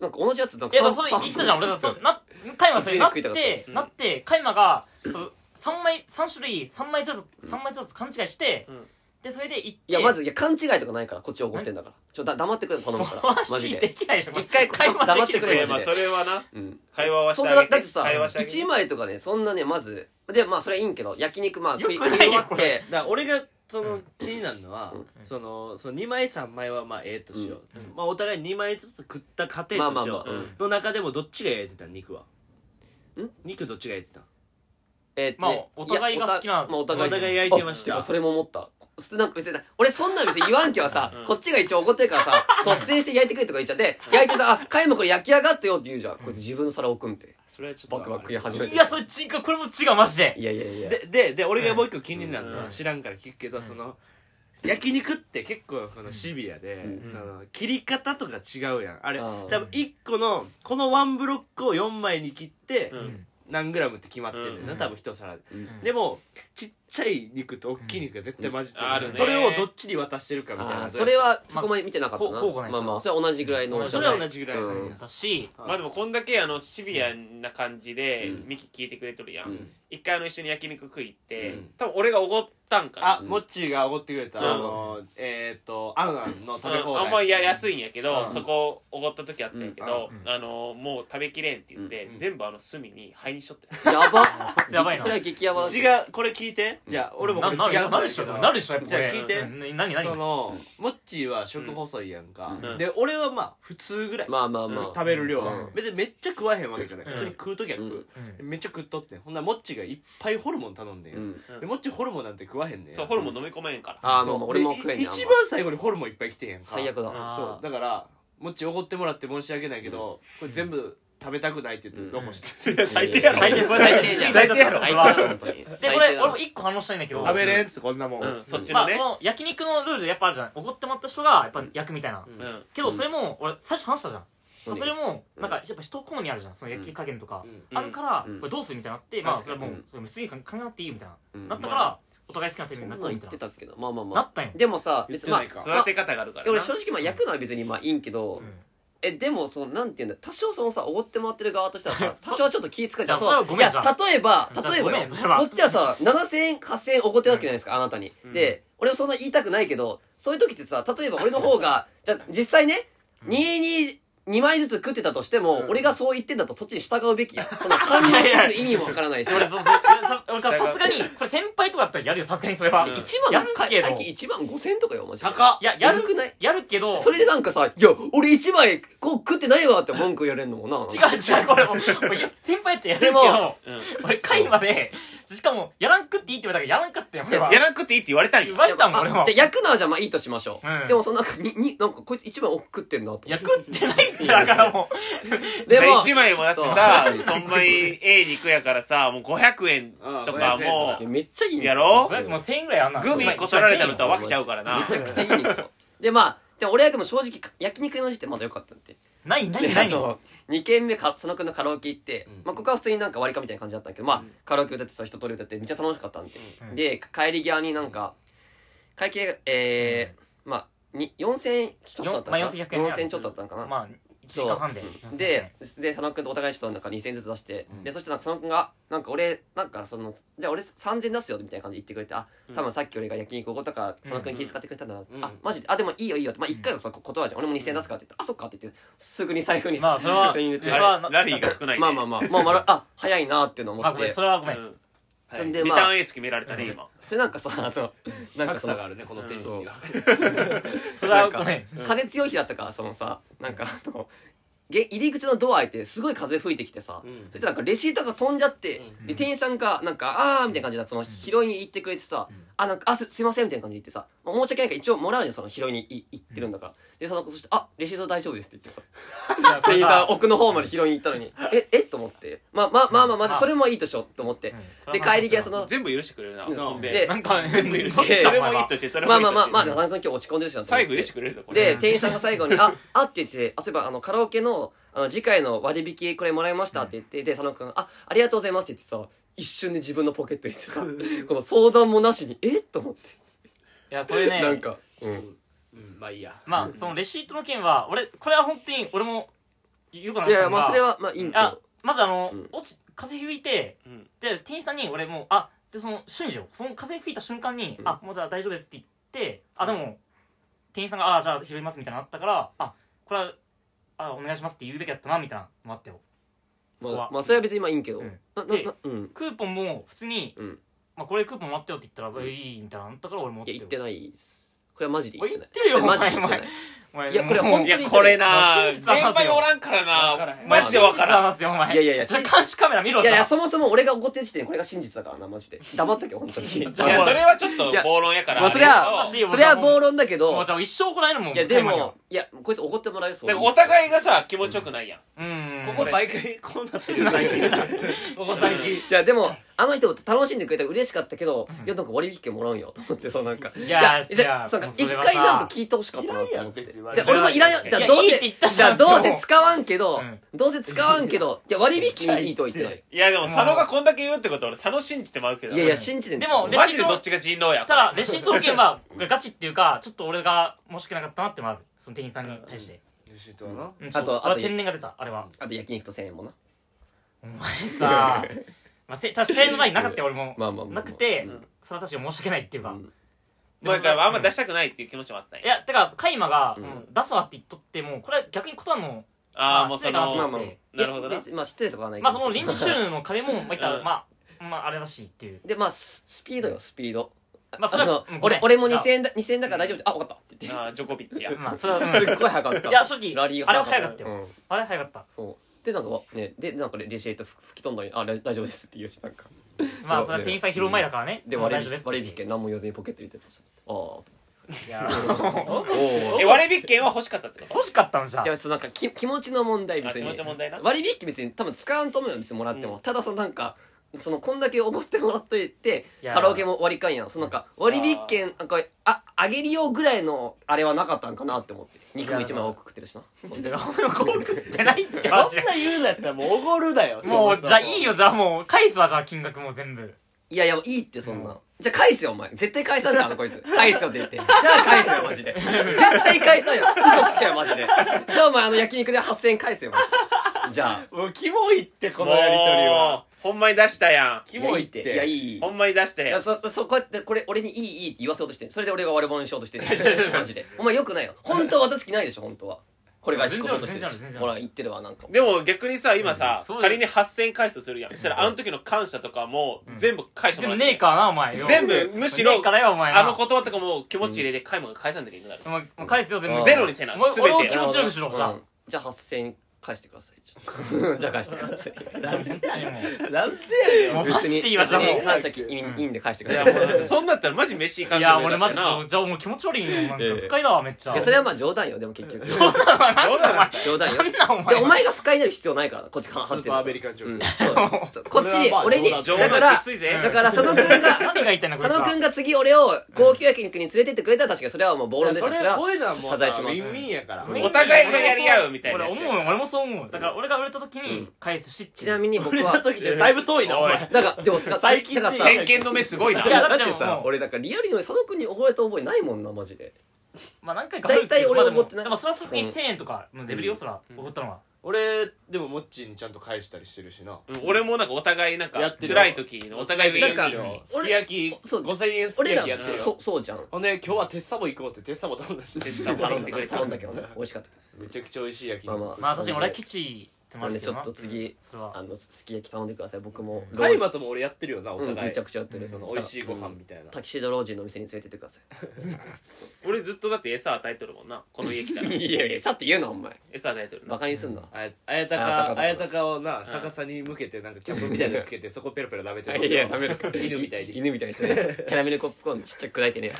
B: なんか同じやつなん
C: い
B: か
C: やでも
B: さ
C: それ
B: さ
C: 言ったじゃん俺だってな加山それなっ
B: 一緒に食い
C: てなって加山がそう三枚三種類三枚ずつ三枚ずつ勘違いして、
D: うん
C: でそれで行って
B: いやまずいや勘違いとかないからこっち怒ってんだからちょだ黙ってくれ頼むから
C: <laughs> マ
B: マ
C: ジ
B: ジ
C: で
B: で
C: きないでしょ
B: 一回こう
C: 会話
B: 黙っ
C: でき
B: て
C: な
B: く
D: い
C: い
B: れよ
D: や、
B: マ
D: まあ、
B: ジ
D: そ
B: で
D: れはな。
B: うん
D: 会話はし
B: そ
D: て
B: ん
D: あ
B: な
D: げ。
B: だっててさ
D: 会話してあげて
B: 1。枚とかねそんなねまずでまあそれはいいんけど焼肉まあ食い
C: よく
B: 食い
C: ないよ
B: 終わっ
C: こ
B: て
C: れ
E: だから俺がそうの
C: ん
E: 気になるのは、
B: うん
E: そのその2枚3枚はまあええとしよう、まあ、お互い2枚ずつ食った過程としよう、
B: まあまあまあ
E: の中でもどっちがええって言ったの肉は
B: ん
E: 肉どっちがええって言っ
B: えーっと
C: まあ
B: ね
C: お互いが好きな
B: やおたまあお
E: たの
B: 互
E: お
B: い
E: 互い焼いてまして
B: か
E: た
B: それも思った普通なんか別に俺そんなん別に言わんけはさ、こっちが一応怒ってるからさ率先して焼いてくれとか言っちゃって焼いてさ「あカイもこれ焼き上がったよ」って言うじゃんこいつ自分の皿置くんって
E: それはちょっと
B: バクバク食い始めて
C: いやそれ違うこれも違うマジで
B: いやいやいや
E: ででで俺がもう一個気になるのは、
C: うん
E: 知らんから聞くけど、その焼肉って結構このシビアで、
B: うん
E: その切り方とか違うやんあれ
B: あ
E: 多
B: ー
E: 分1個のこのワンブロックを4枚に切って
D: うん
E: 何グラムって決まってんねん
D: う
E: な、
D: ん
E: 多分一皿で、
B: うん
E: でもちっちゃい肉と大きい肉が絶対混じってる,、
D: うんあるね
E: それをどっちに渡してるかみたい
B: あ
E: な
B: ーそれはそこまで見てなかったな、
C: ま
B: ま
C: あ
B: あ、
C: こうこうがない
B: まあそれは同じぐらいの
E: それは同じぐらいなんや
B: うん
C: だし
D: まあでもこんだけあのシビアな感じで
B: うん
D: ミキ聞いてくれとるや
B: うんん
D: 一回あの一緒に焼肉食いって
B: うん
D: 多分俺がおごったんかな
E: あモッチーがおごってくれた、
D: うん
E: あのえっ、とあんあんの食べ放
D: あ
E: 題
D: んまいや安いんやけど、
E: うん
D: そこおごった時あったんやけど、
C: うん
D: あのもう食べきれんって言って、
E: うん
D: 全部あの隅に灰にしとって、
B: やば
C: <laughs> やばいな
B: それは激ヤバ
E: 違うこれ聞いてじゃあ俺もこ
C: な
E: れ違う
C: なるなるでしょなるでしょやっぱ
E: じゃあ
C: これ
E: 聞いて
C: うん何何
E: そのモッチーは食細いやんか、
D: うん
E: で俺はまあ普通ぐらい、
B: まあまあまあ、
E: 食べる量は、
C: うん
E: 別にめっちゃ食わへんわけじゃない、
C: うん
E: 普通に食う時は食う、
C: うん
E: めっちゃ食っとってんほんならモッチーがいっぱいホルモン頼んでんや、
B: うん
D: うん
E: でモッチーホルモンなんて食わへんねん
D: そうホルモン飲み込めん
B: <laughs>
D: から、
B: ああ
E: そ
B: も
E: う
B: う俺も
E: で
B: 食えん
E: い
B: ねんあんま
E: 一番最後にホルモンいっぱい来てへんか
B: 最悪だ
C: あー
E: そうだからもっちおごってもらって申し訳ないけど、これ全部食べたくないって言って
B: うん
E: 残して、
D: いや最低やろ
C: 最低最低
B: じゃん
C: 最低やろ
B: <laughs> 最低だ本当に
C: で
B: 最
C: こ
B: 低
C: れ
B: だ
C: 俺も一個反応したいんだけど
E: 食べれんっつってこんなもん、
D: うん、そっち
C: ま
D: の
C: あ
D: ね
C: そ、の焼肉のルールやっぱあるじゃん怒ってもらった人がやっぱ焼くみたいな
D: うん
C: けどそれも俺最初話したじゃん
B: うん
C: それもなんかやっぱ人好みあるじゃんその焼き加減とか
E: う
C: あるから
B: うん
C: これどうするみたいになってまあ
D: 確
C: そ
D: か
C: れ
D: に
C: はも
B: うん
C: うそれ別に考えなくていいよみたいな
B: うん
C: なったか
D: ま
C: らお互い好きなテレビ
B: そん
C: に
B: な
C: なっ
B: ん
C: て
B: 言
C: み
B: ったて
C: い
B: たっけどまあまあま
C: なな
B: あ
C: ったんよ
B: でもさ
E: 言っ
B: 別に
E: て
B: ま
E: な
B: あ
E: いか、
D: 育て方があるからな
B: 俺正直まあ焼くのは別にまあいいんけど、
C: うん
B: えでもそのなんていうんだ多少そのさおごってもらってる側としては
C: <laughs>
B: さ多少はちょっと気使うじゃん
C: じゃあそれは
B: う
C: ご
B: い
C: めん
B: や
C: じゃあ
B: 例えば
C: じゃあ
B: 例え
C: ご
B: ばよ
C: めんそれは
B: こっちはさ7000円8000円おごってるわけじゃないですか、あなたに、
D: うん
B: で俺もそんな言いたくないけどそういう時ってさ例えば俺の方
C: <laughs>
B: がじゃあ実際ね22 2枚ずつ食ってたとしても、俺がそう言ってんだとそっちに従う
C: <laughs>
B: べきや。その管理してくる意味もわからないし。
C: 俺そうそういやさ俺ささすがにこれ先輩とかだったらやるよさすがにそれは
D: うん
B: 一
C: や
B: 万
C: る
B: か
C: けど
B: さっき1万5千とかよマジで
E: 高っ
C: いやや
B: や
C: る
B: るくない
C: やるけど
B: <laughs> それでなんかさ「いや俺1枚こう食ってないわ」って文句言われるのもな
C: 違う違うこれもう先輩ってやるけ
B: でも
C: ど俺会までしかもやらんくっていいって言われたからやらんかったよ
D: うん
C: 俺は
D: やらなくていいって言われたん
C: 言
D: よ
C: われたもん俺
B: あ
C: は
B: じゃあ焼くのはじゃあまあいいとしましょう、
C: うん
B: でもそのなんかにになんかこいつ一番多く食ってんなと
C: いや食ってないってだからも
B: でも
D: 1枚もだってさそんまにええ肉やからさもう500円とか
E: うん500円と
D: も
E: か
B: いや
D: う
B: めっちゃいい肉
D: やろ
C: うもう1000円ぐらいあんな
D: グミこそられたのとは分けちゃうからな
B: めちゃくちゃいい肉よでまあでも俺はでも正直焼肉の時点まだ良かったんで
C: ないない
B: で
C: な
B: あ
C: い
B: の2軒目かそのくんのカラオケ行って、まあ、ここは普通になんか割り勘みたいな感じだったんだけど、まあカラオケ歌ってた人通り歌ってめっちゃ楽しかったんで、
C: うん
B: で帰り際になんか会計えーまあに4000円ちょっとだったのかな
C: よんまあ4100円ね
B: 4000ちょっとだったのかな、
C: まあ時間半で
B: でで佐野君とお互いちょっとなんか2000円ずつ出して、でそしたらなんか佐野君が「なんか俺なんかそのじゃあ俺3000出すよ」みたいな感じで言ってくれて「あ多分さっき俺が焼肉おごったから佐野君気遣ってくれたんだな」
E: ん
B: あマジであでもいいよいいよ」って、まあ、1回はその断るじゃん俺も2000円出すからって言って「あそっか」って言ってすぐに財布に
C: まあそ
B: <laughs>
C: れは
B: 2000円入れて
C: それは
D: あれラリーが少ないね
B: まあまあまあまあまああ早いなっていうのを思
C: あ
B: っ
C: ごめ
B: て
C: んそれはごめん、
D: うん
B: そ
D: リ
B: んで
D: タ
B: まあ
D: ーンエース決められたね今
B: でなんかさあとなんか
E: 格
B: そ
E: 差
B: の
E: があるねこのテニスには
C: それ
B: な
C: は
B: ん
C: ご
B: か
C: めん
B: 風強い日だったからそのさなんかあのげ入り口のドア開いてすごい風吹いてきてさ、
E: ん
B: そしたらなんかレシートが飛んじゃって、で店員さんがなんか「あー」みたいな感じでその拾いに行ってくれてさ「あなんかあすすいません」みたいな感じで言ってさ「申し訳ないから一応もらうよその拾いにい行ってるんだから」でその子そして「あレシート大丈夫です」って <laughs> 言ってさ店員さん奥の方まで拾いに行ったのに「ええっ?」と思ってまあまあまあまあまずそれもいいとしようと思って、
C: うん
B: で帰り際その
D: 全部許してくれるな
B: うん
D: ほん
B: で
D: で
C: なんかね
D: 全部許してくれ
B: で
D: るそれもいいとしてそれも
B: ま
D: い
B: あ
D: い
B: ま
D: と
B: あまあ
D: し
B: まあ
D: て
B: でも田中君今日落ち込んでるしなと思って
D: 最後許してくれるぞこれ
B: で、店員さんが最後に、あ、あって言って、あ、そういえば、あの、カラオケの、あの、次回の割引これもらいましたって言って、で、佐野くん、あ、ありがとうございますって言ってさ、一瞬で自分のポケットに入れてさ、この相談もなしに、えと思って。
C: いやこれね
B: なんか、うん
E: うんまあいいや
C: まあそのレシートの件は俺これは本当に俺もよくなかったのが
B: いやいや、まあ、それは、まあ、いいんだ
C: あまずあの、
B: うん
C: 落ち風吹いて、
D: うん
C: で店員さんに俺もうあでその瞬時よその風吹いた瞬間に、
B: うん
C: あもうじゃあ大丈夫ですって言ってあでも店員さんがあじゃあ拾いますみたいなのあったからあこれはあお願いしますって言うべきだったなみたいなのもあったよ
B: け
C: そ
B: ど、
C: こ
B: まあ
C: は、、
B: まあ、それは別にまあいいんけど。
C: うん
B: な、
C: で
B: な、な、うん。
C: クーポンも普通に、
B: うん
C: まあ、これクーポンもらったよって言ったら、いいみたいなのあったから俺も
B: いや、言っ
C: よ
B: てないっす。これはマジで言ってない。
C: おい言ってるよ
B: マジで言ってない
C: お。お前
B: いやこれ
C: もう
B: 本当
D: い
B: に
D: やこれな
C: 真
D: 現
C: 実は話せよ
D: 場におらんから
E: わから
D: な
E: へん
D: マジでわからん
C: 話せよお前
B: いやいやいや
C: じゃあ監視カメラ見ろ
B: いやいや、
C: そ
B: そもそも俺が怒ってる時点でこれが真実だからな、マジで。黙っとけよ、本当に。い
D: いやそれはちょっと
B: いや
D: 暴論やから
B: まあ、それは、
D: あ
B: そ
D: れ
B: れは暴論だけ
C: も
B: ど
C: うじ、ゃあ一生怒られるもん
B: いや、でも、いや、こいつ怒ってもらうよ、そ
D: だからお互いがさ気持ちよくないやん
C: タイマーにはうん
E: ここ毎回こうなってる最近ここ最近
B: じゃあでもあの人も楽しんでくれたら嬉しかったけど、いやなんか割引券もらうんよと思ってそうなんか
C: い
B: じゃあ
C: や
B: じゃあ
C: 違う
B: そうか
C: もうそ
B: 一
C: れは
B: 回なんか聞いてほしかったなと思ってじゃあ俺もいらんよじゃあ
C: いや
B: どう
C: いいって言った
B: せ
C: じ
B: じゃ
C: ゃ
B: あ
C: ん
B: どうせ使わんけど、
C: うん
B: どうせ使わんけどいや割引券いいとは言ってない
D: いやでも佐野がこんだけ言うってことは俺佐野信じてまうけど
B: いやいや信じてん
C: でも
B: い
C: レ
D: マ
C: シ
D: ジ
C: ー
D: で
C: ト
D: どっちが人狼や
C: ただレシートの件はこれガチっていうかちょっと俺が申し訳なかったなってのもあるその店員さんに対して、
E: レシートはな
C: うん、
B: あと
C: そう
B: あと
C: 俺は天然が出たあれは
B: あと焼肉と1000円もな
C: お前さまあせ <laughs> 確かにのラインなかったよ俺も
B: まあまあまあまあ
C: なくて、
D: うん
C: それは確かに申し訳ないっていうか、
B: うん
D: だからあんま出したくないっていう気持ちもあったん
C: い
D: や
C: やてかカイマが、
B: うん
C: うん出すわって言っとってもうこれは逆に断るの
D: あ
C: ま
D: あ
C: あ
D: もうそ
C: 失礼だな
B: まあ
D: の
B: まあ
C: うん
D: なるほどない
B: や別にまあ失礼とかはないけ
C: ま
B: ど
C: あその臨時収の金もまあ言ったら、
D: うん
C: まあまああれだしっていう
B: でまあススピードよスピード
C: まあそれは
B: の
C: うんごめん
B: 俺俺も
C: じゃあ
B: 2000円だ2000円だから大丈夫ってあ分かったって言っ
D: ああジョコビッチや
C: まあそれは、うん
B: てすっごい早かった
C: いや正直
B: ラリー
C: あれは早かったよ、
B: うん
C: あれは早かった
B: そうでなんかねでなんかレレシート吹吹き飛んだのに「あれ大丈夫です」って言うしなんか
C: まあそれは店員さん拾う前だからね、
B: で
C: もう
B: 割
C: 大丈夫
B: 引
C: ですって
B: 割引券何も言わずにポケット入れてたしああ
C: いや
D: え割引券は欲しかったってこと
C: 欲しかったのじゃあ
B: じゃあそうなんかき気持ちの問題別に
D: あ気持ちの問題な
B: 割引別に多分使わんと思うよ別にもらっても、
D: うん
B: ただそのなんかそのこんだけおごってもらっといて
C: いや
B: カラオケも割り勘やんそのなんか割引券なんかああげるようぐらいのあれはなかったんかなって思って肉も一枚多く食ってるしなそんで
C: じゃないって
E: そ
C: マジで
E: んな言うんだったらもうおごるだよ
C: もうじゃあいい
E: よ
C: よじゃあもう返すわじゃあ金額も全部
B: いやいやいいってそんな、じゃあ返すよお前絶対返さ
C: <laughs>
B: んからこいつ返すよって言ってじゃあ返すよマジで絶対返さんよ嘘つけよマジでじゃあお前あの焼肉で8000円返すよマジでじゃ
C: <laughs>
B: あ
E: もうキモいってこ
D: こ
E: のやりとりは
D: ほんまに出したや
E: キモいって
B: いやいいい
D: ん
B: い
D: ほんまに出した
B: い
D: や
B: や
D: ん
B: そそこうやってこれ俺にいいいいって言わせようとしてんそれで俺が悪者にしようとしてん
C: <laughs> 違う違う違う
B: マジでお前よくないよ本当は渡す気ないでしょ本当はこれが引っ越そうとして
C: 全然ある全然あ
B: る
C: る
B: ほら言ってるわなんか
D: でも逆にさ今さ
C: そうだよ
D: 仮に8000円返すとするやんそしたらあの時の感謝とかも全部返して
C: で
D: もら
C: も
D: って
C: ねえからなお前よ
D: 全部むしろ
C: ねえからよお前な
D: あの言葉とかも気持ち入れて買い物が返さんだけいけないだろ
C: もうもう返すよ全
B: う
C: 部
B: ん
D: ゼロにせな
C: もう
D: 全
C: 俺を
D: て
C: 気持ちよくしろ
B: うん
C: じゃあ
B: じゃあ8000円返してくださいちょっと <laughs> じゃあ返してく
C: <laughs>
B: ださい
E: なんで
C: もうマジでいいわ
B: 別
C: じゃあも
B: に
C: う
B: 感謝いいいいんで返してく
D: い
B: だ
D: や
B: さい
D: もうそんなんだったらマジ飯行かん
C: い
D: とダ
C: や
D: メ
C: 俺
D: だ
C: マ
D: っ
C: ジ
D: た
C: で
D: よな
C: じゃあもう気持ち悪いよなんか不快だわめっちゃ
B: いやそれはまあ冗談よでも結局
E: <laughs>
D: どうだろう
B: 冗談よ
C: なお
B: で
C: 前
B: お前が不快になる必要ないからなこっちから
E: ス
B: 張っ
E: ー
B: て
E: パーアメリ
B: る
E: カンジョ
B: う
E: ー
B: んそうそうこっちに
E: まあ
B: 俺にだ
D: 冗談
B: から
D: きついぜ
B: だから佐野
E: <laughs>
B: くんが
C: 何が言いたいんだこ
B: 佐
C: いつ
B: 野
C: は
B: くんが次俺を高級焼肉に連れてってくれたら確かにそれはもう暴論です
E: そ
B: よ
E: れ
B: それは
E: こういうのはも
B: 謝
E: うさ
B: 罪し
E: ウ
B: ます
E: ィンウィンやから
D: お互いがやり合うみたいなや
C: 俺
D: つ
C: 思うよ俺もそう思うだから俺が売れた時に返すしって
B: ちなみに僕
E: 俺の
B: は
E: 時でだいぶ遠いなお前
B: だからでもだから
E: 最近
B: だから
E: って
B: さ
E: 言う
D: 先見の目すごいない
C: やだって
B: だって
C: も
B: さ
C: う
B: 俺だからリアルに俺佐野くんに溺れた覚えないもんなマジで
C: まあ何回か
B: 大体俺
C: は
B: 思ってな
C: で
B: い
C: もそれはさすがに1000円とかのレベルよそら怒ったのは
E: 俺でもモッチーにちゃんと返したりしてるしな
D: うん俺もなんかお互いなんか
E: やってる
D: 辛い時のお互いの
B: なんか
E: よすき
B: 俺
E: 焼き
B: そう
E: 5000円すき
B: 俺ら
E: 焼きやってるよ
B: そそうじゃん
E: ほんで今日は鉄サボ行こうって鉄サボ頼んだし
D: 鉄サボ頼
B: 頼ん
D: ん
B: だ
D: でくれた
B: けどね美味しかった
E: めちゃくちゃ美味しい焼き
B: まあ
E: 肉
B: まあ
C: まあ確かに俺はケチってもあ
B: なん
C: るけ
B: でちょ
C: どな
B: っと次
C: それは
B: あのすき焼き頼んでください僕も
E: カイマとも俺やってるよなお
B: うん
E: 互い
B: めちゃくちゃやってる
E: その美味しいご飯みたいな
B: タキシード老人の店に連れてってくださ
D: 俺ずっとだって餌与えとるもんなこの家来たら
B: <laughs> いいやいやさって言うなお前
D: 餌与えとる
B: バ
D: な
B: カにすんな
E: あやあやたかあやたかをな逆さに向けてなんかキャップみたいなのつけてそこペロペロ舐め <laughs> てる
B: いやダメだ
E: <laughs> 犬みたいに
B: 犬みたいにしてねキャラメルコップコーンちっちゃく砕いてね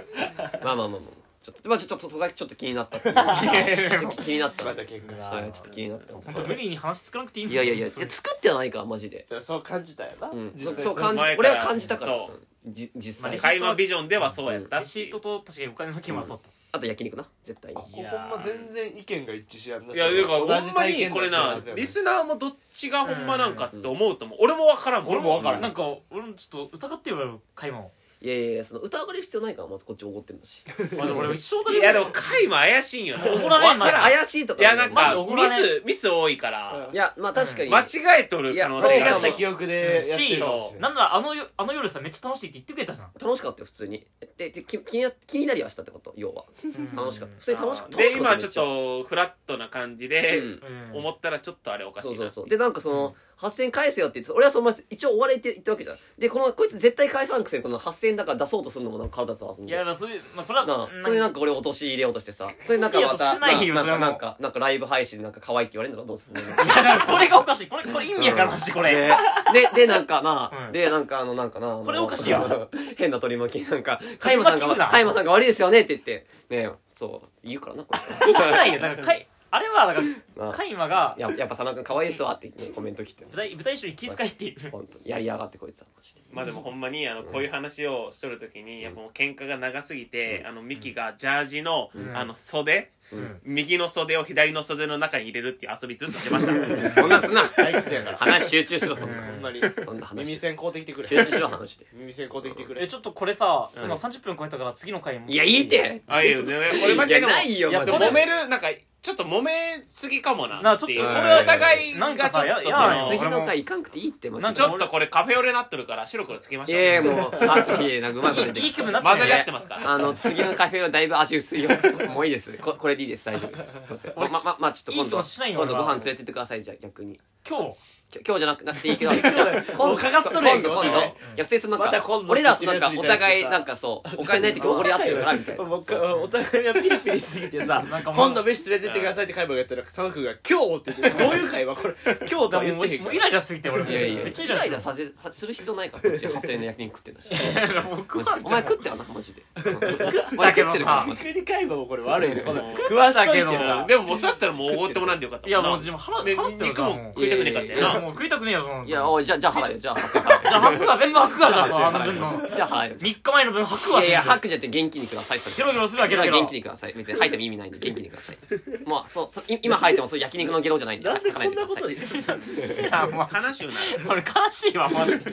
B: <laughs> まあまあまあまあちょっとまあちょっとそこがちょっと気になったっていうちょっと気になった
E: また喧嘩して
B: は
E: る
B: いちょっと気になった
C: <laughs> 本当無理に話作らなくていいん
B: い
C: だ
B: や
C: よ
B: いやいやい
C: それ
B: や作ってはないからマジで、
E: だからそう感じたよな、
B: うん、
E: 実際
B: そう感じ
D: 前か
B: 俺
D: ら
B: は感じたから
D: そ
B: うんじ実
C: まあ
B: 際
C: レシ
D: 会話ビジョンではそうやった
C: レシートと確かにお金の件はそうだっ
B: あと焼肉な絶対に
E: ここほんま全然意見が一致しやんない
D: やだから
E: 同
D: ほん
E: じ
D: ま
E: 体
D: に
E: 験
D: これ
E: 談
D: な
E: してるはずや
D: リスナーもどっちがほんまなんかって思うと思う俺も分からん
C: た
D: もん
C: 俺も分からん
D: な
C: なんん
D: か
C: か俺もちょっと疑ってよよ買い物
B: いやいやいやその疑われる必要ないからまずこっちおごってんだし
C: まあでも俺一生だ
D: いやでも回も怪しいんよな
C: 怒られん
D: わからん
B: 怪しいとか
D: いやなん
C: マジ
D: か
C: で怒
D: ミ
C: られん
D: スミス多いから
B: いやまあ確かに、
D: 間違えとる可能性
B: い
D: が
B: や
E: 間
D: あ
E: 違っ
B: そ
E: た
B: う
E: 記憶でやってるかもしれ
C: な
E: な
C: いんならあのよあの夜さめっちゃ楽しいって言ってくれたじゃん
B: 楽しかったよ普通にででき気にな気になりはしたってこと要は楽しかった普通に楽しかった
D: で今ちょっとフラットな感じで、
B: うん
C: うん
D: 思ったらちょっとあれおかしい
B: そ
D: な
B: うそうそうでなんかその、8000円返せよって言って俺はそのまま一応終われって言ったわけじゃんでこのこいつ絶対返さんくせにこの8000円だから出そうとするのもなんか体立つわそん
C: い
B: で
C: やまあそういうまあそれは
B: なあ
C: うん
B: それでなんか俺落とし入れようとしてさそれなんかまた
C: 落としないよ
B: な
C: そ
B: んか
C: れはもう
B: なんかなんかライブ配信でなんか可愛いって言われるんだろどうすんの
C: いやだから <laughs> これがおかしいこれこれ意味やからマジでこれ
B: ででなんかな、
C: うん
B: でなんかあのなんかなあの
C: これおかしいよ
B: 変な取り巻きなんか加山さん
C: 取り巻きだ
B: が加山さんが悪いですよねって言ってねえそう言うからなこれ
C: 分かんないよだからかいあれはだから
B: なあ
C: カイマが
B: ややっぱさなんか可愛いっすわって、ね、コメント来て
C: 舞台舞台衣装に気遣いっていう
B: 本当にやりやがってこいつはマジで
D: まあでもほんまにあのこういう話をしとる時にやっぱもう喧嘩が長すぎてあのミキがジャージの
C: ん
D: あの袖
C: ん
D: 右の袖を左の袖の中に入れるっていう遊びずっとしてました
B: <laughs> そんなすな
E: 退屈やから
B: 話集中しろそんな
E: ほんまに
B: そんな話
E: <laughs> 耳栓買うてきてく
B: 集
E: れ
B: 中しろ話で
E: 耳栓買うてきてく
C: え
E: れ
C: ちょっとこれさ今30分超えたから次の回も
B: いやいいって
D: あいいよね俺マジででも
B: ないよ
C: いや
B: マジ
D: で
B: で
D: も揉めるなんかちょっと揉めすぎかもな
C: なあ
D: っ
C: ちょってと
D: いう
C: これ
D: お互い
C: なん
D: が
C: か
D: ちょ
C: さや
D: っと
C: やらない
D: そ
C: 俺
B: 次
D: の
B: の回行かんくていいってマジ
C: なん
B: で
D: ちょっとこれカフェオレなってるから白黒つけましょう
B: ええもうあいえなんかうまく出て
C: いい気分にな
D: 混
C: ってる
D: ざり合ってますから
B: あの次のカフェはだいぶ味薄いよもういいですここれでいいです大丈夫ですすいませんままままあちょっと今
C: いい気
B: 度
C: もしないよ
B: 今度ご
C: 俺は
B: 飯連れてってくださいじゃあ逆に
C: 今日
B: きょ今日じゃなくなくていい
E: <laughs>
B: けどじゃあ今
E: も
B: 度
E: うかかっとるやん
B: 今度今度
E: うん
B: いや普通にそのなん
E: また
B: か
E: 今度
B: 俺らはそのなんか
E: って
B: お
E: 言ってるや
B: 互
E: つに対してさ
B: いなんかそうお金ない時おごり合ってるからみ
E: <laughs>
B: たいな
E: もうかお互いがピリピリしすぎてさ
C: なんかもう
E: 今度飯連れてってくださいって会話がやったら佐野君が「今日」って言ってどういう会話これ「今日」とは言
C: も
E: っ
C: う
E: てへん
C: も
E: か
C: う
E: ら
C: イライラしすぎて俺も
B: いやいや
C: めっちゃ
B: イ
C: イライラ
B: ラ
C: し
B: イ
C: て
B: ラ
C: る
B: させさする必要ないからこっち8000円の
E: <laughs>
B: 焼肉食ってんだし
C: もう食
B: マ
C: わんじゃん
B: ジでお前食ってよなマジでお前
C: だけ
B: 食
C: ど
B: ってるから
C: さ
B: マジで
E: 急に会話もこれ悪いねこの
D: うん
E: 食わしといて
D: う
E: さ
D: んでももうそうやったらもうおごってもらんでよかった
C: い
D: も
C: や
D: んな
C: もう自分腹
D: で
C: 腹ってる
D: 肉
C: さ
D: も食いたくねえかってな
C: もういやもう食いたくねえよそんなの
B: い
C: じゃ
B: やおいじゃあじゃあ払えよじゃあ8000円
C: あ吐くわ全部吐くわじゃああの分の
B: 払えよじゃあ払えよ
C: 3日前の分吐くわ
B: いやいや
C: 全部
B: 吐くじゃって元気にくださいって
C: ゲロゲロするわゲロゲロ
B: 元気にください別に吐いても意味ないんで元気にくだ
E: <laughs>
B: さいもうそうそうい今吐いてもそう焼肉のゲロじゃないんで
E: なん
B: 吐
E: で
B: か
E: こ
B: ないで
E: ん
B: く
E: な
B: だ
E: こ
B: さい
E: とに
C: いやもう
D: 悲しいよな
C: 俺悲しいわマジで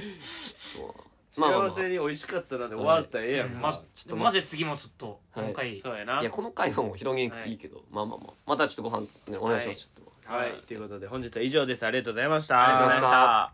B: そうまあまあま
E: 幸
B: あ
E: せに美味しかったなんで終わったらええやん
C: まちょっとマジで次もちょっと
B: はい
C: 今回
D: そうやない
B: やこの回はもう広げんくていいけど、まあまあまあまたちょっとご飯ねお願いし
D: は
B: ます、
D: い
B: ちょっと
E: はいということで本日は以上ですありがとうございました
D: ありがとうございました